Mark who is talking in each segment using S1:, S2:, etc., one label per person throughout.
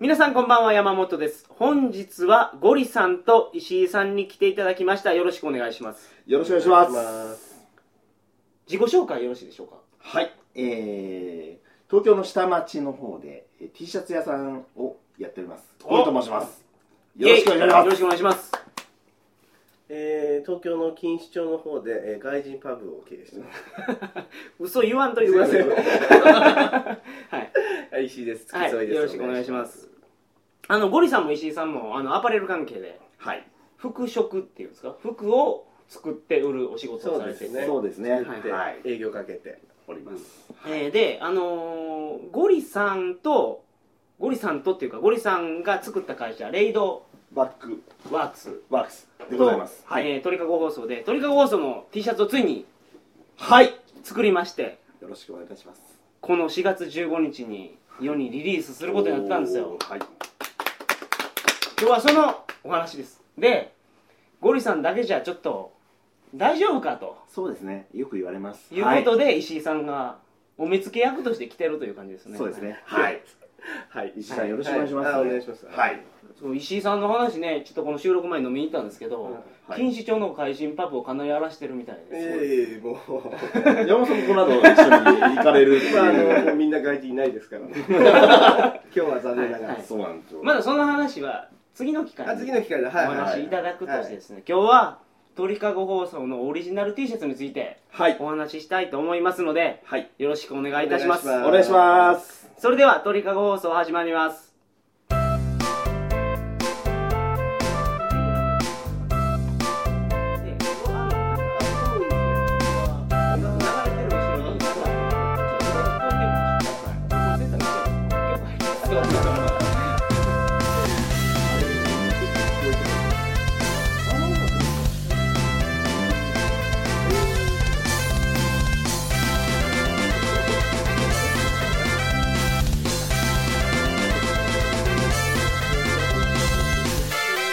S1: 皆さんこんばんは、山本です。本日はゴリさんと石井さんに来ていただきました。よろしくお願いします。
S2: よろしくお願いします。
S1: 自己紹介よろしいでしょうか
S2: はい、えー、東京の下町の方でえー T シャツ屋さんをやっております。
S1: お
S2: ゴリと申します。よろしくお願い
S1: イエイよろ
S2: しま
S1: しくお願いします。
S3: えー、東京の錦糸町の方で、えー、外人パブを経営してます。
S1: 嘘言わんといてください。 はい。
S3: はい、石井です。付
S1: は
S3: き
S1: い、
S3: 添いです、
S1: よろしくお願いします。あの、ゴリさんも石井さんも、あの、アパレル関係で、
S2: す。はい、
S1: 服飾っていうんですか服を作って売るお仕事をされて
S3: そうですね
S2: そうですね。
S1: はい
S3: お願いします。
S2: はい、
S3: で営業かけて。
S2: おります。
S1: えーで、あのーゴリさんと、ゴリさんとっていうか、ゴリさんが作った会社、レイド
S2: バック
S1: ワークス
S2: ワークスで
S1: と、
S2: ございます。は
S1: はい
S2: い、
S1: えー、鳥かご放送で、鳥かご放送の T シャツをついに
S2: はい、よ
S1: 作りまして、
S2: ろしくお願いいたします。
S1: この4月15日に世にリリースすることになったんですよ
S2: お。ーはい、
S1: 今日はそのお話です。で、ゴリさんだけじゃちょっと大丈夫かと
S2: そうですね。よく言われます。
S1: いうことで、石井さんがお目付け役として来てるという感じです
S2: はい
S1: ね。
S2: そうです。ね。はい、
S3: はい、
S2: 石井さんよろしくお願いします。
S3: はいあお願いします
S2: はい、
S1: そう石井さんの話ねちょっとこの収録前に飲みに行ったんですけど、
S2: はい
S1: 錦糸町の海神パブをかなり荒らしてるみたい
S3: え
S1: で
S3: えもう、
S2: 山本さんもこの後一緒に行かれるって
S3: まあ、あの、
S2: い
S3: も
S2: う
S3: うみんな外人いないですから、 ね、今日は残念ながら。
S1: はい
S2: そうなんですよ。
S1: まだその話は次の機会
S3: あ、次
S1: に
S3: の機会で、
S1: お
S3: はい、は
S1: 話
S3: い。
S1: いただくとしてですね、今日は鳥かご放送のオリジナル T シャツについて
S2: はい、
S1: お話ししたいと思いますので
S2: はい、
S1: よろしくお願いいたします
S3: お願いし
S2: お願いします。
S1: それでは鳥かご放送始まります
S3: は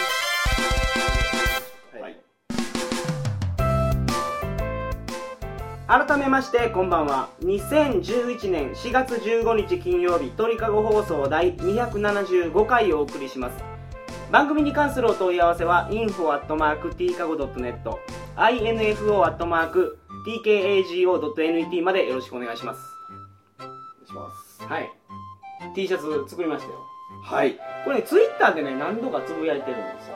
S3: い。
S1: 改めましてこんばんは2011年4月15日金曜日鳥かご放送第275回をお送りします番組に関するお問い合わせは info.tkago.net info.tkago.net までよろしくお願いします
S2: お願いします。
S1: はい T シャツ作りましたよ
S2: はい。
S1: これねツイッターでね何度かつぶやいてるんですよ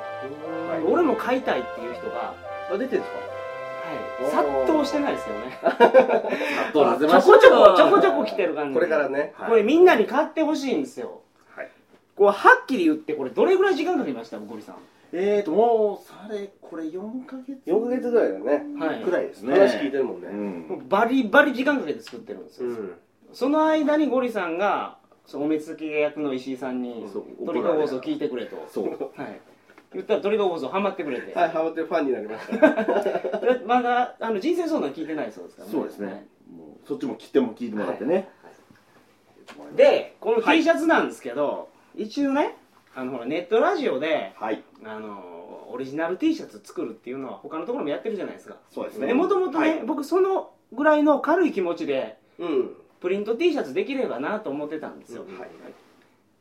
S2: はい
S1: 俺も買いたいっていう人が、
S3: あ、出てるんですか
S1: はい
S3: おー
S1: 殺到してないですけどね
S2: どうな
S1: ち
S2: ぜ
S1: ょ
S2: ましょ
S1: こ
S2: う
S1: ちょこちょこちょこ来てる感じ
S3: これからね。
S2: はい
S1: これみんなに買ってほしいんですよ
S2: はい
S1: こうはっきり言ってこれどれぐらい時間かけましたゴリさん
S2: えーと、もう、され、これ4ヶ月
S3: 4ヶ月ぐらいだね。
S1: はい
S2: ぐらいですね。
S3: 話聞いてるもんね。
S2: うん。
S1: バリバリ時間かけて作ってるんですよ、
S3: ん。
S1: その間にゴリさんがそのお目付け役の石井さんに
S2: そう
S1: トリカゴ放送聞いてくれと
S2: そ
S1: は
S2: う。
S1: い言ったらトリカゴ放送ハマってくれて、
S3: はい、ハマってるファンになりま した。
S1: でまだあの人生相談聞いてないそうですから
S2: そうです
S1: はい
S2: ね。もう、そっちも切っても聞いてもらってね。
S1: でこの T シャツなんですけど、一応ねあのほらネットラジオで
S2: はい。
S1: あのオリジナル T シャツ作るっていうのは他のところもやってるじゃないですか
S2: そうですね。
S1: でもともとね、
S2: はい
S1: 僕そのぐらいの軽い気持ちで
S3: うん。
S1: プリント T シャツできればなと思ってたんですよ、
S3: はい。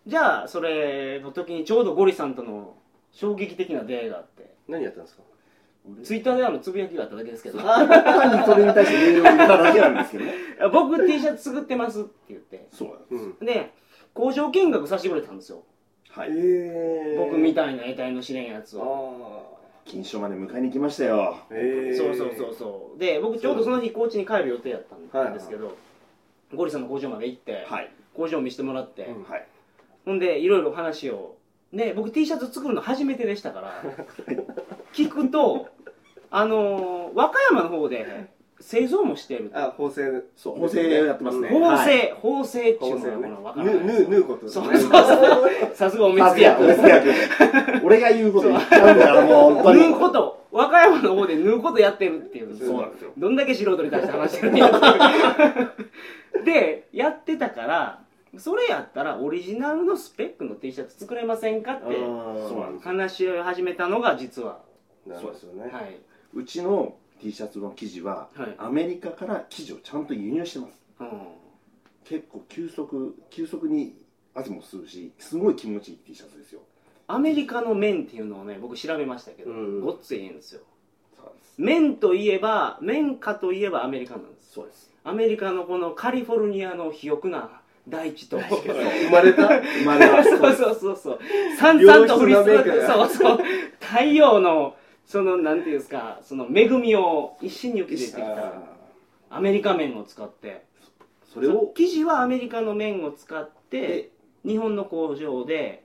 S1: じゃあそれの時にちょうどゴリさんとの衝撃的な出会いがあって
S3: 何やったんですか
S1: ツイッターであのつぶやきがあっただけですけど
S2: 単にそれに対してメールを言っただけなんですけどね。
S1: 「 僕 T シャツ作ってます」って言って
S2: そうなん
S3: う
S2: です。
S3: ん。
S1: で工場見学させてくれたんですよ
S2: は
S3: え
S2: い。
S3: ー
S1: 僕みたいな得体の知れんやつ
S3: あ
S1: を
S2: 金賞まで迎えに行きましたよ。
S3: あ。えー
S1: そうそうそうそうで僕ちょうどその日高知に帰る予定やったんですけど、ゴリさんの工場まで行って、
S2: はい。
S1: 工場を見せてもらって、
S3: うん
S2: はい。
S1: ほんでいろいろ話をね僕 T シャツ作るの初めてでしたから聞くとあのー和歌山の方で製造もしてる
S3: あ、縫製。
S2: そう、補正をやってますね。
S1: 縫製、
S2: はい。
S1: 縫製ってい
S3: 縫
S1: う
S3: 製
S1: のが
S3: ね
S1: この和。歌
S3: 縫
S1: 山
S3: う、縫う、縫うことです
S1: そ
S3: ね。
S1: うそう そうさすがお目
S2: さ
S1: 付
S2: す
S1: け
S2: が、
S1: 役
S2: お付け役。俺が言うこと言っちゃうんだから、もう、本当に。
S1: 縫うこと和歌山の方で縫うことやってるっていう
S2: そうなんですよ。
S1: どんだけ素人に対して話してるんや っていうでやってたからそれやったらオリジナルのスペックの T シャツ作れませんかって
S2: そうなん
S3: ん
S2: です。
S1: 話し合いを始めたのが実は
S3: なるほどね。
S1: はい、
S2: うちの T シャツの生地は、
S1: はい
S2: アメリカから生地をちゃんと輸入してます。
S1: うん、
S2: 結構急速急速に汗も吸うしすごい気持ちいい T シャツですよ
S1: アメリカの麺っていうのをね僕調べましたけど、
S3: うん
S1: ごっついいんですよ
S2: そうなんです
S1: 麺といえば麺かといえばアメリカなんです
S3: そうです
S1: アメリカのこのカリフォルニアの肥沃な大地と
S3: 生まれた
S2: 生まれは
S1: そうそうそうそう。さんさんと降り注
S3: 良質な
S1: ぐ、
S3: 面
S1: そ
S3: か
S1: うそう。 太陽の、その、なんていうんですか、その恵みを一身に受けてきた
S2: あ
S1: アメリカ麺を使って。
S3: それを
S1: 生地はアメリカの麺を使って
S2: で、
S1: 日本の工場で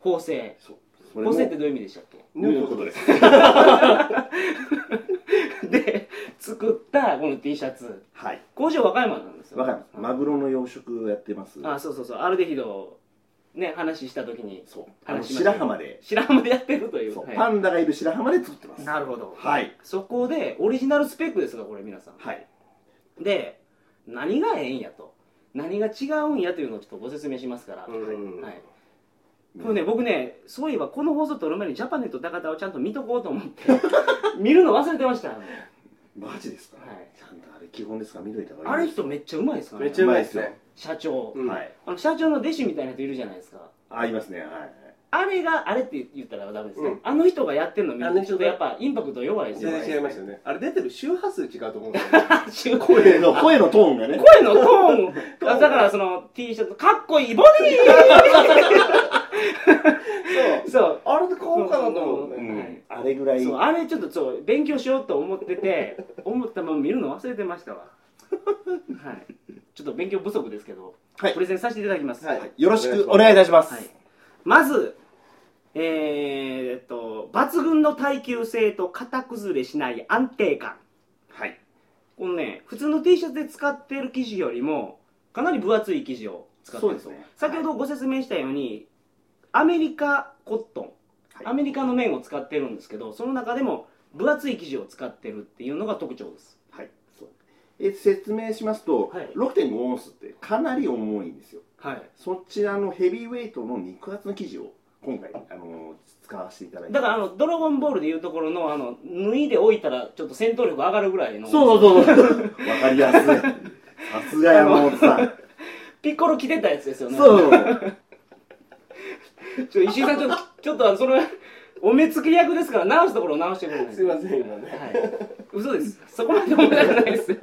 S1: 縫製。
S2: ーそうそれ
S1: 縫
S2: も
S1: 製ってどういう意味でしたっけ
S2: 縫うことです
S1: で、作ったこの T シャツ。
S2: はい
S1: 工場和歌山なんですよ。
S2: わかりますマグロの養殖をやってます
S1: あ、そうそうそう。アルデヒド、ね、話した時に、
S2: そうあの
S1: 話しました
S2: 白浜で
S1: 白浜でやってるという。
S2: そう
S1: はい
S2: パンダがいる白浜で作ってます
S1: なるほど。
S2: はい
S1: そこで、オリジナルスペックですが、これ皆さん。
S2: はい
S1: で何がええんやと何が違うんやというのをちょっとご説明しますから、
S3: うん
S1: はい、これね僕ねそういえばこの放送撮る前にジャパネット高田をちゃんと見とこうと思って 見るの忘れてました、はい、
S2: マジですかちゃんとあれ基本ですから見といた方
S1: あ
S2: がい
S1: れ
S2: いです
S1: 人めっちゃうまいですから
S3: め
S1: ね
S3: っちゃうまいですね
S1: 社長、
S3: うん
S2: はい
S1: あの社長の弟子みたいな人いるじゃないですか
S2: ありますねはい
S1: あれがあれって言ったらダメですね、
S3: うん
S1: あの人がやってるの見
S3: あ
S1: る
S3: の
S1: と
S3: 人
S1: ちょっとやっぱインパクト弱いですよ
S3: 全然違いましたよねあれ出てる周波数違うと思うんですよ
S1: 違う
S2: 声の声のトーンがね
S1: 声のトーン あだからその T シャツかっこいいボディーそう
S3: そうあれで買おうかなと思って、
S1: う
S3: ね
S1: ん
S2: はいあれぐらい
S1: そうあれちょっとそう勉強しようと思ってて思ったまま見るの忘れてま したわはいちょっと勉強不足ですけど、
S2: はい
S1: プレゼンさせていただきます、
S3: はい
S2: よろしくお願いいたします
S1: はいまずえー、っと抜群の耐久性と型崩れしない安定感
S2: はい
S1: このね普通の T シャツで使ってる生地よりもかなり分厚い生地を使ってるん
S2: そうですね
S1: 先ほどご説明したように、アメリカコットン
S2: はい
S1: アメリカの麺を使ってるんですけどその中でも分厚い生地を使ってるっていうのが特徴です
S2: はいそうえ説明しますと
S1: はい
S2: 6.5オンスってかなり重いんですよ
S1: はい
S2: そちらのヘビーウェイトの肉厚の生地を今回あの使わせていただいて
S1: だからあのドラゴンボールでいうところのあの脱いでおいたらちょっと戦闘力上がるぐらいの
S2: そうそうそうそうわかりやすいさすが山本さん
S1: ピッコロ着てたやつですよね
S2: そう
S1: ちょ石井さんちょっとちょっとあのそれお目つき役ですから直すところを直してくれない
S3: すいません今ね、
S1: はい、 嘘ですそこまで重たくないですよ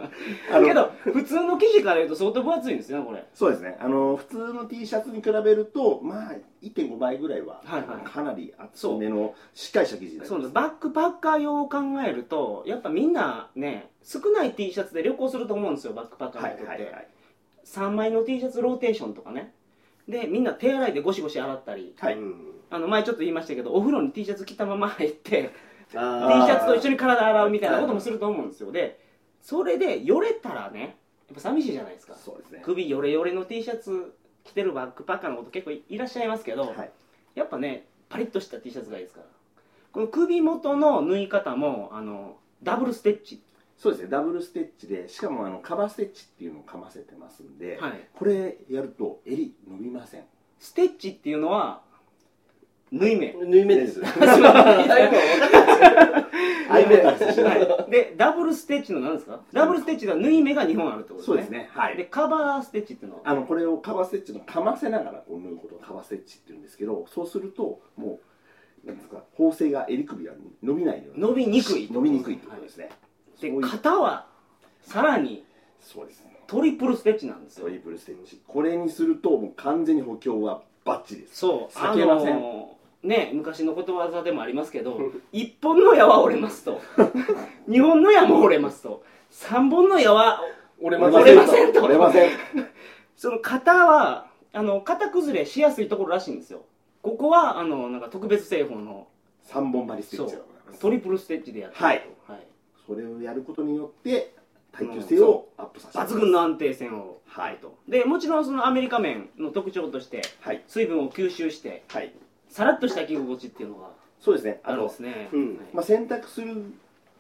S2: あの
S1: けど普通の生地から言うと相当分厚いんですよねこれ
S2: そうですねあの普通の T シャツに比べるとまあ1.5倍ぐらいは、
S1: はいはい
S2: かなり厚めのしっかりした生地になり
S1: そ
S2: ま
S1: うですすバックパッカー用を考えるとやっぱみんなね少ない T シャツで旅行すると思うんですよバックパッカー
S2: は
S1: の
S2: い
S1: 人って、
S2: はいはい
S1: 3枚の T シャツローテーションとかねでみんな手洗いでゴシゴシ洗ったり
S2: はい、
S3: うん
S1: あの前ちょっと言いましたけどお風呂に T シャツ着たまま入って T シ
S3: あー
S1: ャツと一緒に体洗うみたいなこともすると思うんですよでそれでよれたらねやっぱ寂しいじゃないですか
S2: そうですね
S1: 首よれよれの T シャツ着てるバックパッカーのこと結構いらっしゃいますけど、
S2: はい
S1: やっぱねパリッとした T シャツがいいですからこの首元の縫い方もあのダブルステッチ、
S2: そうですねダブルステッチでしかもあのカバーステッチっていうのをかませてますんで、
S1: はい、
S2: これやると襟伸びませ ん
S1: ステッチっていうのは縫い 目
S3: 縫い目です。
S2: アイコンタクトしない
S1: はい、でダブルステッチの何ですかダブルステッチが縫い目が2本あるってこと
S2: そうで
S1: です
S2: す
S1: ね
S2: ねは
S1: で
S2: い
S1: カバーステッチっていうのは
S2: あのこれをカバーステッチのかませながらこう縫うことをカバーステッチって言うんですけどそうするともうなんですか縫製が襟首が伸びないように
S1: 伸びにくい
S2: 伸びにくいってことですね、
S1: で
S2: そういう
S1: 型はさらに
S2: そうですね
S1: トリプルステッチなんですよ
S2: トリプルステッチこれにするともう完全に補強はバッチリです
S1: そう
S2: 避けません
S1: あのーね昔のことわざでもありますけ ど一本の矢は折れますと二本の矢も折れますと三本の矢は
S3: 折れま
S1: 折れま
S3: せ
S1: せ
S3: ん。
S1: んと
S2: 折れません
S1: その型はあの型崩れしやすいところらしいんですよここはあのなんか特別製法の
S2: 3本張りステッチがございます
S1: トリプルステッチでやってると
S2: はい、
S1: はい、
S2: それをやることによって耐久性をアップさせます
S1: 抜群の安定性を
S2: はい
S1: とでもちろんそのアメリカ麺の特徴として
S2: はい
S1: 水分を吸収して
S2: はい
S1: さらっとした着心地っていうのが
S2: そうですね
S1: あ
S2: あ
S1: るん
S2: と
S1: ですね
S3: うん
S1: はい
S2: まあ、洗濯する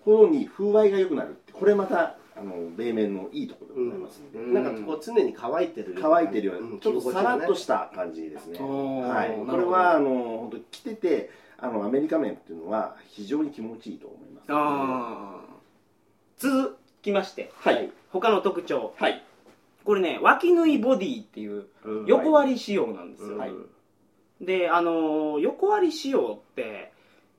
S2: ほどに風合いが良くなるってこれまたあの米麺のいいところでございますので、
S1: うん
S3: なんかこう常に乾いてる。
S2: 乾いてるような、
S3: ん
S2: ちょっとさらっとした感じですね、
S1: おー
S2: はい
S1: なるほ、ど
S2: これはあの本当に着ててあのアメリカ麺っていうのは非常に気持ちいいと思います
S1: ああ続きまして
S2: はい
S1: 他の特徴
S2: はい
S1: これね脇縫いボディっていう
S3: うん
S1: 横割り仕様なんですよ、
S2: はい
S1: であのー横割り仕様って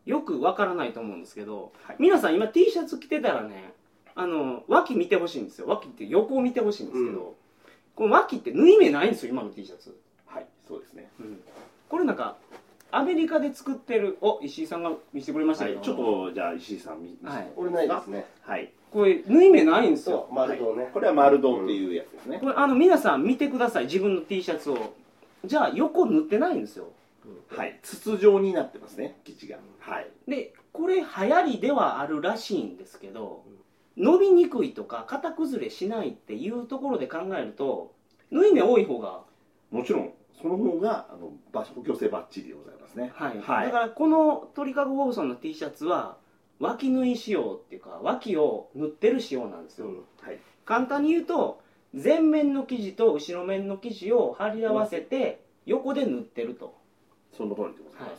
S1: よくわからないと思うんですけど、
S2: はい
S1: 皆さん今 T シャツ着てたらねあの脇見てほしいんですよ脇って横を見てほしいんですけど、この脇って縫い目ないんですよ今の T シャツ、
S2: はいそうですね
S1: これなんかアメリカで作ってるお石井さんが見せてくれました
S2: は
S1: け
S2: い
S1: ど、
S2: ちょっとじゃあ石井さん見見せてもらって
S3: 俺ないですね。
S2: はい
S1: これ縫い目ないんですよ
S3: そう、丸胴ね。
S2: これは丸胴っていうやつですね
S1: これあの皆さん見てください自分の T シャツをじゃあ横塗ってないんですよ
S2: はい筒状になってますね生地がはい
S1: でこれ流行りではあるらしいんですけど伸びにくいとか型崩れしないっていうところで考えると縫い目多い方が、
S2: もちろんその方があのば補強性バッチリでございますね
S1: はい
S2: はい
S1: だからこの鳥かご放送の T シャツは脇縫い仕様っていうか脇を縫ってる仕様なんですよ、
S3: うん
S2: はい
S1: 簡単に言うと前面の生地と後ろ面の生地を貼り合わせて横で縫ってると、
S2: その通りでございます、
S1: はい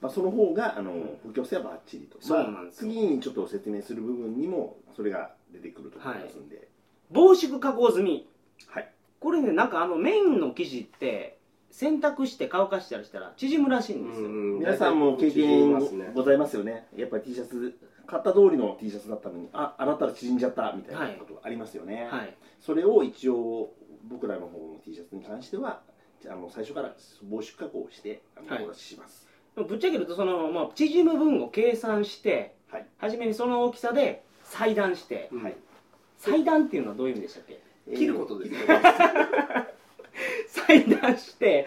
S2: まあ、その方があの補強性はバッチリと
S1: そうなんですよ
S2: まあ、次にちょっと説明する部分にもそれが出てくると思いますんで、
S1: 防縮加工済み
S2: はい
S1: これねなんかあのメインの生地って洗濯して乾かしたりしたら縮むらしいんですよ、
S2: 皆さんも経
S3: 縮
S2: 験
S3: みますね
S2: ございますよねやっぱり T シャツ買った通りの T シャツだったのにあ洗ったら縮んじゃったみたいなことがありますよね、
S1: はい
S2: それを一応僕らの方の T シャツに関してはあの最初から防縮加工をしてあ
S1: はい
S2: のお出しします、
S1: でもぶっちゃけるとその、まあ、縮む分を計算して、
S2: はい
S1: 初めにその大きさで裁断して
S3: うん
S2: はい
S1: 裁断っていうのはどういう意味でしたっ け
S3: 切ることです
S2: ね
S3: ね
S1: 裁断して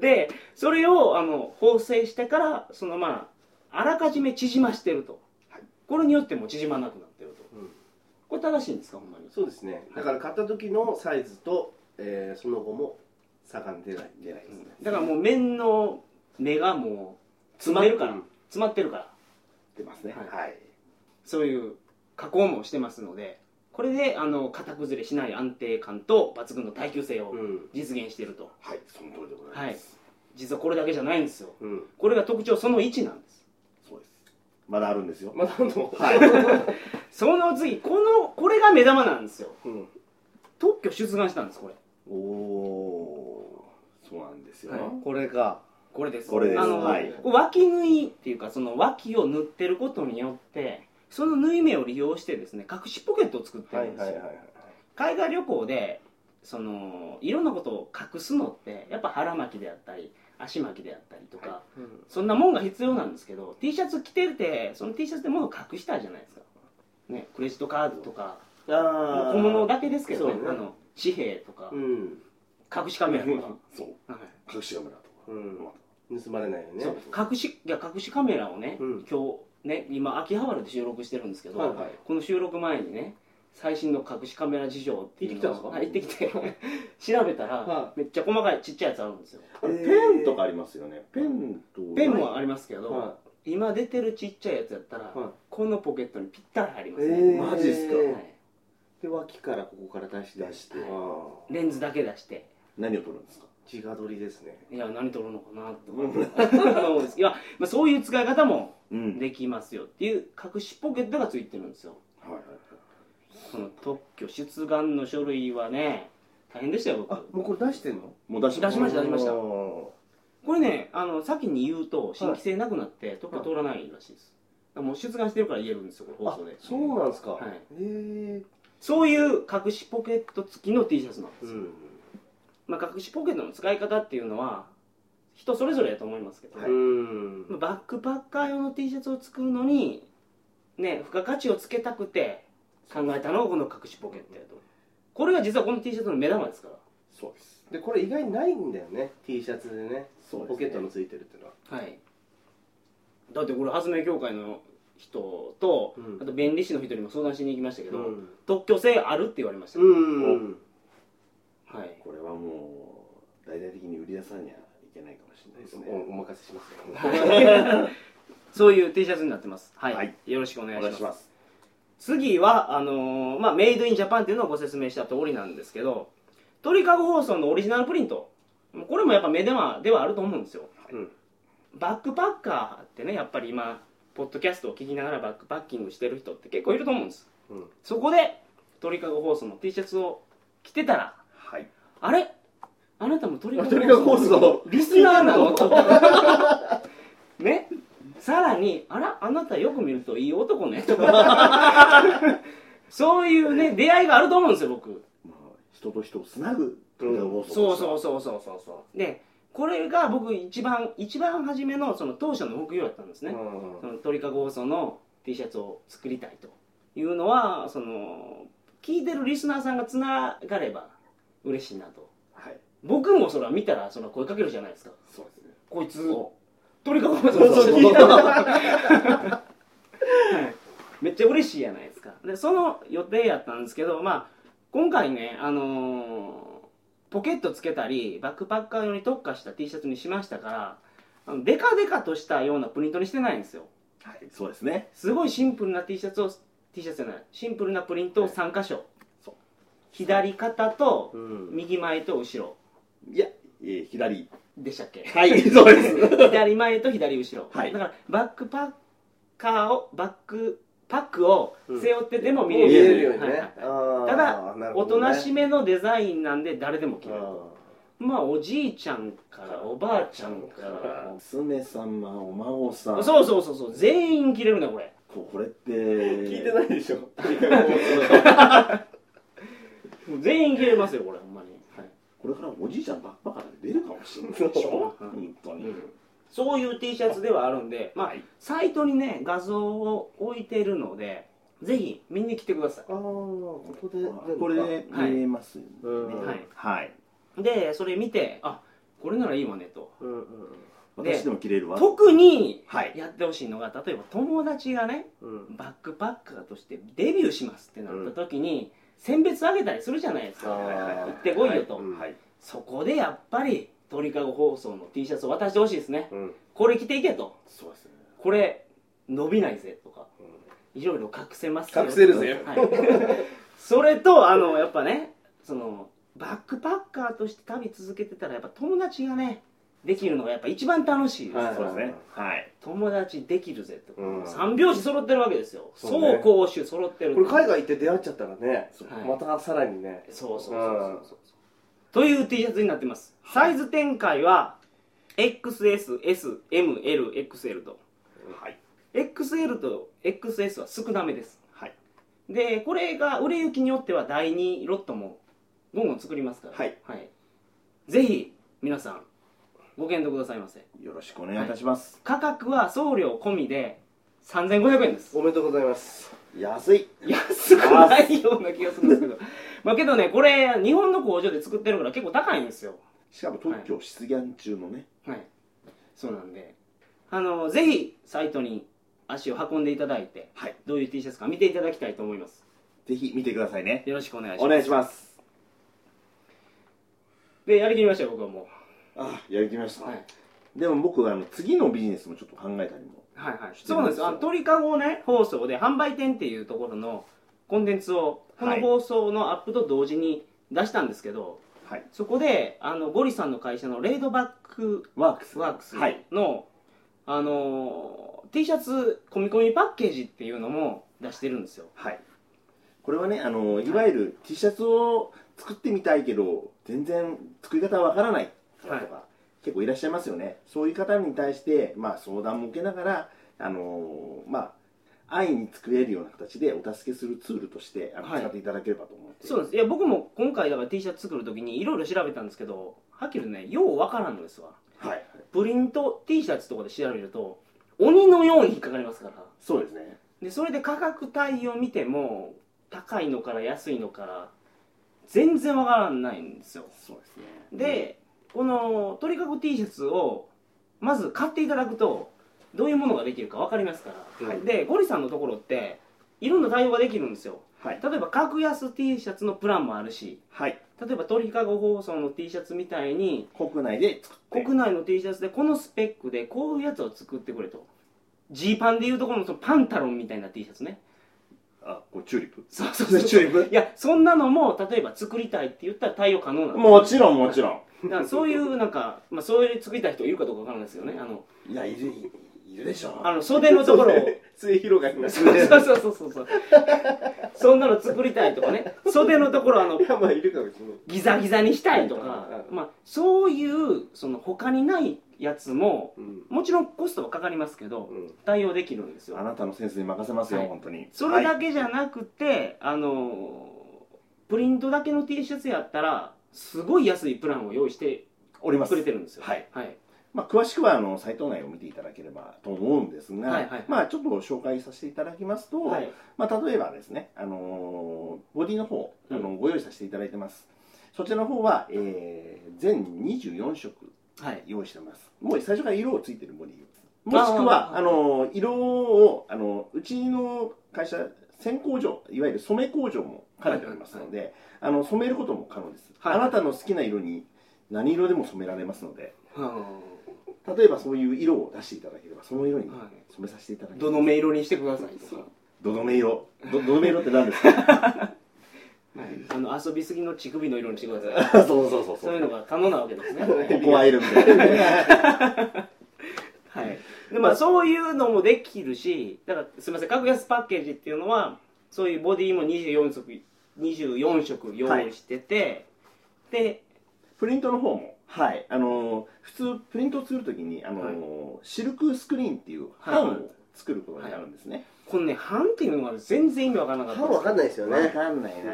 S1: でそれをあの縫製してからそのまああらかじめ縮ましてると、
S2: はい
S1: これによっても縮まなくなってると
S3: うん
S1: これ正しいんですかほんまに
S3: そうですね。だから買った時のサイズと、えーその後も差が出ない。
S2: 出ないですね
S1: だからもう面の目がもう詰まってるから、
S3: うん
S1: 詰まってるから
S2: 出ますね
S1: はい
S2: はい
S1: そういう加工もしてますのでこれであの型崩れしない安定感と抜群の耐久性を
S3: うん。
S1: 実現していると、
S2: はい、その通りでございます。
S1: 実はこれだけじゃないんですよ
S3: うん。
S1: これが特徴その1なんです
S2: そうです。まだあるんですよ。
S3: まだあんの
S2: はい。
S1: その次このこれが目玉なんですよ
S3: うん。
S1: 特許出願したんですこれ
S2: おおー、そうなんですよ。
S1: はい
S3: これか。
S1: これです
S2: これです
S1: あの、
S2: はい
S1: こう脇縫いっていうかその脇を縫ってることによってその縫い目を利用してですね隠しポケットを作って
S3: は
S1: る
S3: い
S1: んですよ、
S3: はいはいはい。
S1: 海外旅行でそのいろんなことを隠すのってやっぱ腹巻きであったり足巻きであったりとか、
S2: は
S3: うん
S1: そんなもんが必要なんですけど T シャツ着ててその T シャツで物を隠したいじゃないですか、ね、クレジットカードとか
S3: ああ。
S1: 小物だけですけどね
S3: そうね
S1: あの紙幣とか、
S3: うん。
S1: 隠しカメラとか、
S2: そう、
S1: はい
S2: 隠しカメラとか。
S3: うん。盗まれないよね。
S1: そう隠しいや隠しカメラをね、
S3: うん
S1: 今日ね今秋葉原で収録してるんですけど、
S3: はいはい
S1: この収録前にね最新の隠しカメラ事情っていうのを
S3: 行って
S1: はい行ってきて 調べたら、
S3: は
S1: めっちゃ細かいちっちゃいやつあるんですよ
S2: あれ
S3: えー
S2: ペンとかありますよね。ペンと。
S1: ペンもありますけど、
S3: は
S1: 今出てるちっちゃいやつやったら、
S3: い。は
S1: このポケットにぴったり入り
S3: い。
S1: ますね、
S2: マジっすか
S1: は
S3: はい
S1: い
S3: で脇からここから出して
S2: 出して
S3: ああ
S1: レンズだけ出して
S2: 何を撮るんですか。
S3: 自画撮りですね
S1: いや何撮るのかなとか思うん ですいや、まあ、そういう使い方も
S2: うん
S1: できますよっていう隠しポケットがついてるんですよ
S2: はいはいはい。
S1: この特許出願の書類はね大変でしたよ僕
S3: もうこれ出してんの
S2: もう出し
S1: 出しました
S2: う
S1: 出
S2: ん
S1: しました
S3: うん
S1: これねあの先に言うと新規性なくなって特許通らないらしいです、だからもう出願してるから言えるんですよこれ
S3: あ
S1: 放送で
S3: そうなんですか、
S1: はい
S3: へえ
S1: そういう隠しポケット付きの T シャツなんですよ、
S3: うん
S1: まあ、隠しポケットの使い方っていうのは人それぞれやと思いますけど、
S2: はい
S3: うん
S1: まあバックパッカー用の T シャツを作るのにね付加価値をつけたくて考えたのがこの隠しポケットやとこれが実はこの T シャツの目玉ですか
S2: そうです。
S3: でこれ意外にないんだよね T シャツでね
S2: そうですね
S3: ポケットのついてるっていうのは
S1: らはいだってこれ発明協会の人と、
S3: うん
S1: あと弁理士の人にも相談しに行きましたけど、
S3: うん
S1: 特許性あるって言われました、
S3: うん
S1: はい
S2: これはもう大々的に売り出さなきゃいけないかもしれないですね。
S3: おお任せします
S1: そういう T シャツになってますはい、
S2: はい
S1: よろしくお願い
S2: お
S1: しま
S2: 願い
S1: す
S2: します。
S1: 次はあのーまあ、メイドインジャパンっていうのをご説明した通りなんですけど鳥かご放送のオリジナルプリントこれもやっぱ目玉ではあると思うんですよ
S3: うん
S1: バックパッカーってねやっぱり今ポッドキャストを聞きながらバックパッキングしてる人って結構いると思うんです
S3: うん
S1: そこで鳥かご放送の T シャツを来てたら
S2: はい
S1: あれあなたもトリカ
S2: トリガー放送の
S1: リスナーなのとねさらにあらあなたよく見るといい男ねとかそういうね出会いがあると思うんですよ僕
S2: まあ、人と人をつなぐトリガー放送
S1: そうそうそうそうそうそうでこれが僕一番一番初めのその当初の目標だったんですね、
S3: うん
S1: その鳥かご放送の T シャツを作りたいというのはその聞いてるリスナーさんがつながれば嬉しいなと
S2: はい
S1: 僕もそれは見たらその声かけるじゃないですか
S2: そうですね
S1: こいつ
S2: お
S1: 鳥かご放送
S2: そうそう
S1: 聞いたのはいめっちゃ嬉しいじゃないですかでその予定やったんですけどまあ今回ねあのーポケットつけたりバックパッカー用に特化した T シャツにしましたからあのデカデカとしたようなプリントにしてないんですよ
S2: はいそうですね
S1: すごいシンプルな T シャツを T シャツじゃないシンプルなプリントを3箇所、
S2: そう
S1: 左肩と
S3: うん
S1: 右前と後ろ
S2: いや、えー左
S1: でしたっけ
S2: はい そうです
S1: 左前と左後ろ、
S2: はい
S1: だからバックパッカーをバックパックを背負ってでも見
S3: 見
S1: れ
S3: え
S1: る,、
S3: るように
S1: はいは
S3: ね
S1: い
S3: た
S1: ただおとなしめのデザインなんで誰でも着れるまあおじいちゃんからおばあちゃんから
S2: 娘様お孫さん
S1: そううそうそうそう全員着れるねこれ
S2: ここれって
S3: 聞
S2: 聞
S3: いてないでしょトリカゴ放
S1: もう全員着れますよこれほんまに、はい
S2: これからおじいちゃんばっかから出るかもしれないでしょ
S1: そう
S2: 本当に、
S1: うんそういう T シャツではあるんで、まあ、サイトにね、画像を置いてるので、ぜひ見に来てくださ
S3: 送ああここで出るのか
S2: これで
S1: はい
S2: 見えますよね、
S3: うん
S1: はい
S2: はい
S1: い。で、それ見て、あこれならいいわねと。
S3: うんうん
S1: で
S2: 私でも着れるわ
S1: 特に
S2: はい
S1: やってほしいのが、例えば友達がね、
S3: うん
S1: バックパッカーとしてデビューしますってなった時に、選別上げたりするじゃないですか。
S3: あー
S1: 行ってこいよと。
S3: はいうん
S2: はい
S1: そこでやっぱり、鳥かご放送の T シャツを渡してほしいですね。
S3: うん
S1: これ着ていけと。
S2: そうですね
S1: これ、伸びないぜとか。いろいろ隠せますよ
S3: 隠せるぜ
S1: はい、 それとあのやっぱねそのバックパッカーとして旅続けてたらやっぱ友達がねできるのがやっぱ一番楽しいです、
S3: はい
S2: そうですねはい
S1: 友達できるぜとか、
S3: うん
S1: 三拍子揃ってるわけですよ
S3: そうね
S1: 走攻守揃ってる
S3: これ海外行って出会っちゃったらね
S2: そう
S1: はい
S3: またさらにね
S1: そうそうそうそうそうという T シャツになってますサイズ展開は XSSMLXL と
S2: はい、
S1: XL と XS は少なめです
S2: はい
S1: でこれが売れ行きによっては第2ロットもゴンゴン作りますから
S2: はい、
S1: ぜひ皆さんご検討くださいませ
S2: よろしくお願いいたします、
S1: 価格は送料込みで3500円です
S3: おめでとうございます
S2: 安い
S1: 安くないような気がするんです けどまあけどねこれ日本の工場で作ってるから結構高いんですよ
S2: しかも特許出願中のね、
S1: はいそうなんであのぜひサイトに足を運んでいただいて、
S2: はい
S1: どういう T シャツか見ていただきたいと思います
S2: ぜひ見てくださいね
S1: よろしくお願いし
S2: お
S1: ます
S2: 願いします
S1: でやりきりましたよ僕はも
S2: あやりきりまし
S1: う、
S2: た、
S1: はい、
S2: でも僕あの次のビジネスもちょっと考えたりも
S1: はいはいそうなんですよあの鳥かごね放送で販売店っていうところのコンテンツをこの
S2: はい
S1: 放送のアップと同時に出したんですけど、
S2: はい
S1: そこであのゴリさんの会社のレイドバック
S2: ワークス
S1: ワークスの、
S2: はい
S1: あのー T シャツ込み込みパッケージっていうのも出してるんですよ
S2: はいこれはねあのいわゆる T シャツを作ってみたいけど全然作り方わからない方とか、
S1: はい
S2: 結構いらっしゃいますよねそういう方に対して、まあ、相談も受けながらあのまあ安易に作れるような形でお助けするツールとしてあの、
S1: はい
S2: 使っていただければと思って
S1: そうなんですいや僕も今回だから T シャツ作る時にいろいろ調べたんですけどはっきり言うとねようわからんのですわ
S2: はい
S1: プリント T シャツとかで調べると鬼のように引っかかりますから
S2: そうですね
S1: でそれで価格帯を見ても高いのから安いのから全然わからないんですよ
S2: そうですね
S1: で、この鳥かご T シャツをまず買っていただくとどういうものができるかわかりますから、
S2: はい
S1: でゴリさんのところっていろんな対応ができるんですよ
S2: はい
S1: 例えば格安 T シャツのプランもあるし
S2: はい
S1: 例えば鳥かご放送の T シャツみたいに
S2: 国内で作って
S1: 国内の T シャツでこのスペックでこういうやつを作ってくれとジーパンでいうところのそのパンタロンみたいな T シャツね
S2: あこうチューリップ
S1: そうそう
S2: そ
S1: そうう
S2: です チューリッ
S1: いやそんなのも例えば作りたいって言ったら対応可能な
S2: プ
S1: の
S2: もちろんもちろん
S1: だからそういうなんか、まあ、そういう作りたい人いるかどうかわからないですよねあの
S2: いやいるいるでしょ
S1: あの袖のところを
S3: 末広がりになって
S1: そう
S3: る
S1: そうそうそうそうそんなの作りたいとかね袖のところあの
S3: いやまあいるかもしれない
S1: ギザギザにしたいとか
S3: うん、
S1: まあ、そういうその他にないやつも
S3: うん
S1: もちろんコストはかかりますけど
S3: うん
S1: 対応できるんですよ
S2: あなたのセンスに任せますよ、
S1: はい
S2: 本当に
S1: それ
S2: は
S1: だ
S2: い
S1: けじゃなくて、あのプリントだけの T シャツやったらすごい安いプランを用意して
S2: おります
S1: くれてるんですよ
S2: はい、
S1: はい、
S2: まあ、詳しくはあのサイト内を見ていただければと思うんですが、
S1: はいはいはい
S2: まあ、ちょっと紹介させていただきますと、
S1: はい
S2: まあ、例えばですね、あのーボディの方あのご用意させていただいてます、そちらの方は、えー全24色
S1: はい
S2: 用意してますもう最初から色をついてるボディもしく
S1: あ
S2: は
S1: ー
S2: あのー色をあのーうちの会社染工場いわゆる染め工場も兼ねておりますので、あの染めることも可能です、
S1: はい
S2: あなたの好きな色に何色でも染められますので
S1: は
S2: 例えばそういう色を出していただければその色に
S1: い
S2: 染めさせていただきます
S1: どの目色にしてくださいとか、
S2: どの目色どどの目色って何ですか
S1: はい、あの遊びすぎの乳首の色にしてください
S2: そうそうそう そう
S1: そういうのが可能なわけですね
S2: ここはいるみたいな
S1: はいでまあ、そういうのもできるしだからすみません格安パッケージっていうのはそういうボディも24色24色用意してて、で
S2: プリントの方も、はい、あのー普通プリントを作るときに、あのーシルクスクリーンっていう
S1: はい
S2: 版を作ることになるんですね。
S1: このね版っていうのが全然意味わからなかった
S3: 歯わかんないですよね
S2: かんないな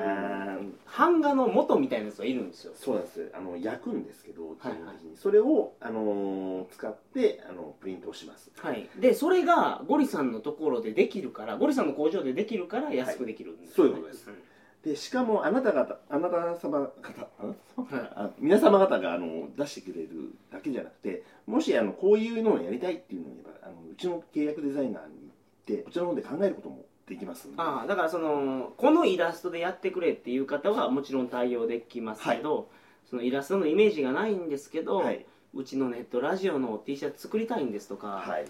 S2: ぁ
S1: 版画の元みたいなやつがいるんですよ
S2: そうなんですあの焼くんですけど基本的に、
S1: はい
S2: それを、あのー使ってあのプリントをします
S1: はいでそれがゴリさんのところでできるからゴリさんの工場でできるから安くできるんですよね、
S2: はいそういうことですでしかもあなた方あなた様方あなた様
S1: うんはい
S2: あ皆様方があの出してくれるだけじゃなくてもしあのこういうのをやりたいっていうのを言えばあのうちの契約デザイナーに行ってこちらの方で考えることもできますんで
S1: ああだからそのこのイラストでやってくれっていう方はもちろん対応できますけど、そのイラストのイメージがないんですけど、
S2: はい、
S1: うちのネットラジオの T シャツ作りたいんですとか、
S2: はい、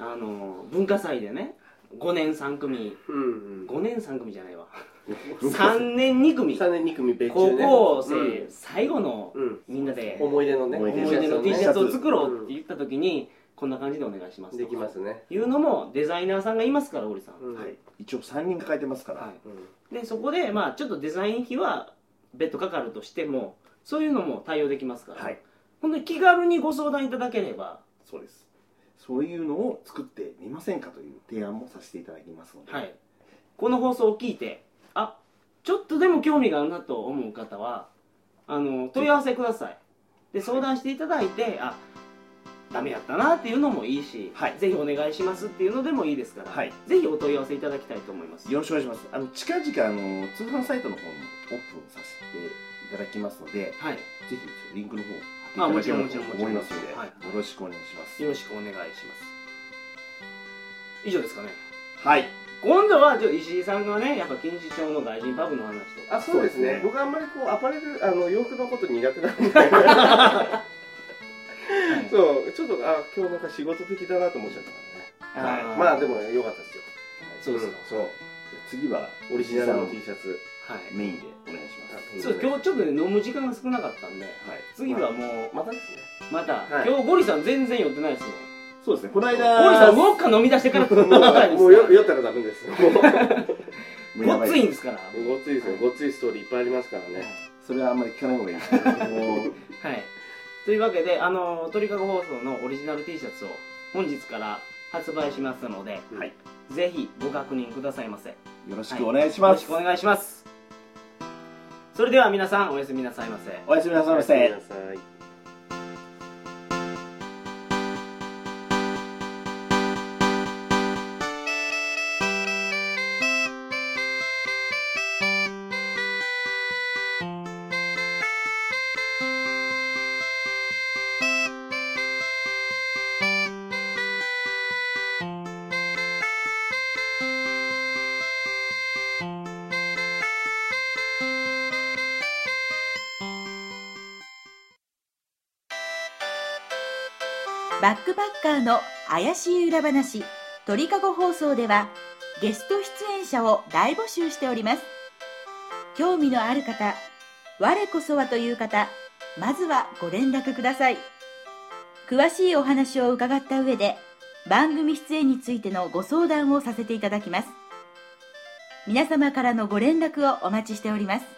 S1: あの文化祭でね5年3組
S3: うん
S1: 5年3組じゃないわ3年2組
S3: 3年2組別
S1: 高
S3: 注ね
S1: 校生最後の
S3: うんうん
S1: みんなで
S3: 思い出のね
S2: 思い出
S1: 思い出の T シャツを作ろうって
S3: い
S1: 言った時にこんな感じでお願いします
S3: できますすね
S1: いうのもデザイナーさんがいますから堀さん、
S3: うん
S2: はい、一応3人抱えてますから、
S1: は
S3: うん
S1: い、でそこでまあちょっとデザイン費は別途かかるとしてもそういうのも対応できますから、
S2: はい、
S1: 本当に気軽にご相談いただければ
S2: そうですそういうのを作ってみませんかという提案もさせていただきますので、
S1: はい、この放送を聞いてあちょっとでも興味があるなと思う方はあの問い合わせくださいで相談していただいてあダメやったなっていうのもいいし、
S2: はい
S1: ぜひお願いしますっていうのでもいいですから、
S2: はい
S1: ぜひお問い合わせいただきたいと思います
S2: よろしくお願いしますあの近々あの通販サイトの方にオープンさせていただきますので
S1: はい、
S2: ぜひリンクの方
S1: まあ
S2: 貼
S1: も
S2: って
S1: ち
S2: い
S1: ろ
S2: た
S1: ん
S2: だ
S1: もちろ
S2: けれ
S1: んもちろ
S2: ばと
S1: ん
S2: 思いますので、
S1: はい
S2: よろしくお願いします
S1: よろしくお願いします以上ですかね
S2: はい
S1: 今度はちょ石井さんがねやっぱ錦糸町の外人パブの話とか
S3: あそうです
S2: そうです
S3: ね
S2: ね
S3: 僕あんまりこうアパレルあの洋服のこと苦手なんでそうちょっとあ今日なんか仕事的だなと思っちゃったから
S1: あ
S3: ねは
S1: ー
S3: いまあでも良かったですよ
S1: そうですか、
S3: んそ
S2: じ
S3: う
S2: ゃあ次は
S3: オリジナルの T シャツ
S1: はい
S2: メインでお願いします
S1: そう今日ちょっとね飲む時間が少なかったんで
S2: はい
S1: 次はもう
S3: またですね
S1: また、
S3: はい
S1: 今日ゴリさん全然酔ってないですよ
S2: そうですねこの
S1: ゴリさ
S2: 間
S1: んウォッカ飲み出してから飲むからです
S3: もうよ酔ったらダメで すよもう
S1: ごっついん
S2: い
S1: ですからは
S3: ごっついですよごっついストーリーいっぱいありますからね
S2: それはあんまり聞かない方がい いですねもう
S1: いというわけであの鳥かご放送のオリジナル T シャツを本日から発売しますので、
S2: はい
S1: ぜひご確認くださいませよ
S2: よろしくお願いしま
S1: ろし
S2: す、
S1: くお願いしますそれでは皆さんおやすみなさいませ
S2: おやすみなさいま
S3: おや
S2: せ
S3: すみなさい
S4: バックパッカーの怪しい裏話鳥かご放送ではゲスト出演者を大募集しております興味のある方我こそはという方まずはご連絡ください詳しいお話を伺った上で番組出演についてのご相談をさせていただきます皆様からのご連絡をお待ちしております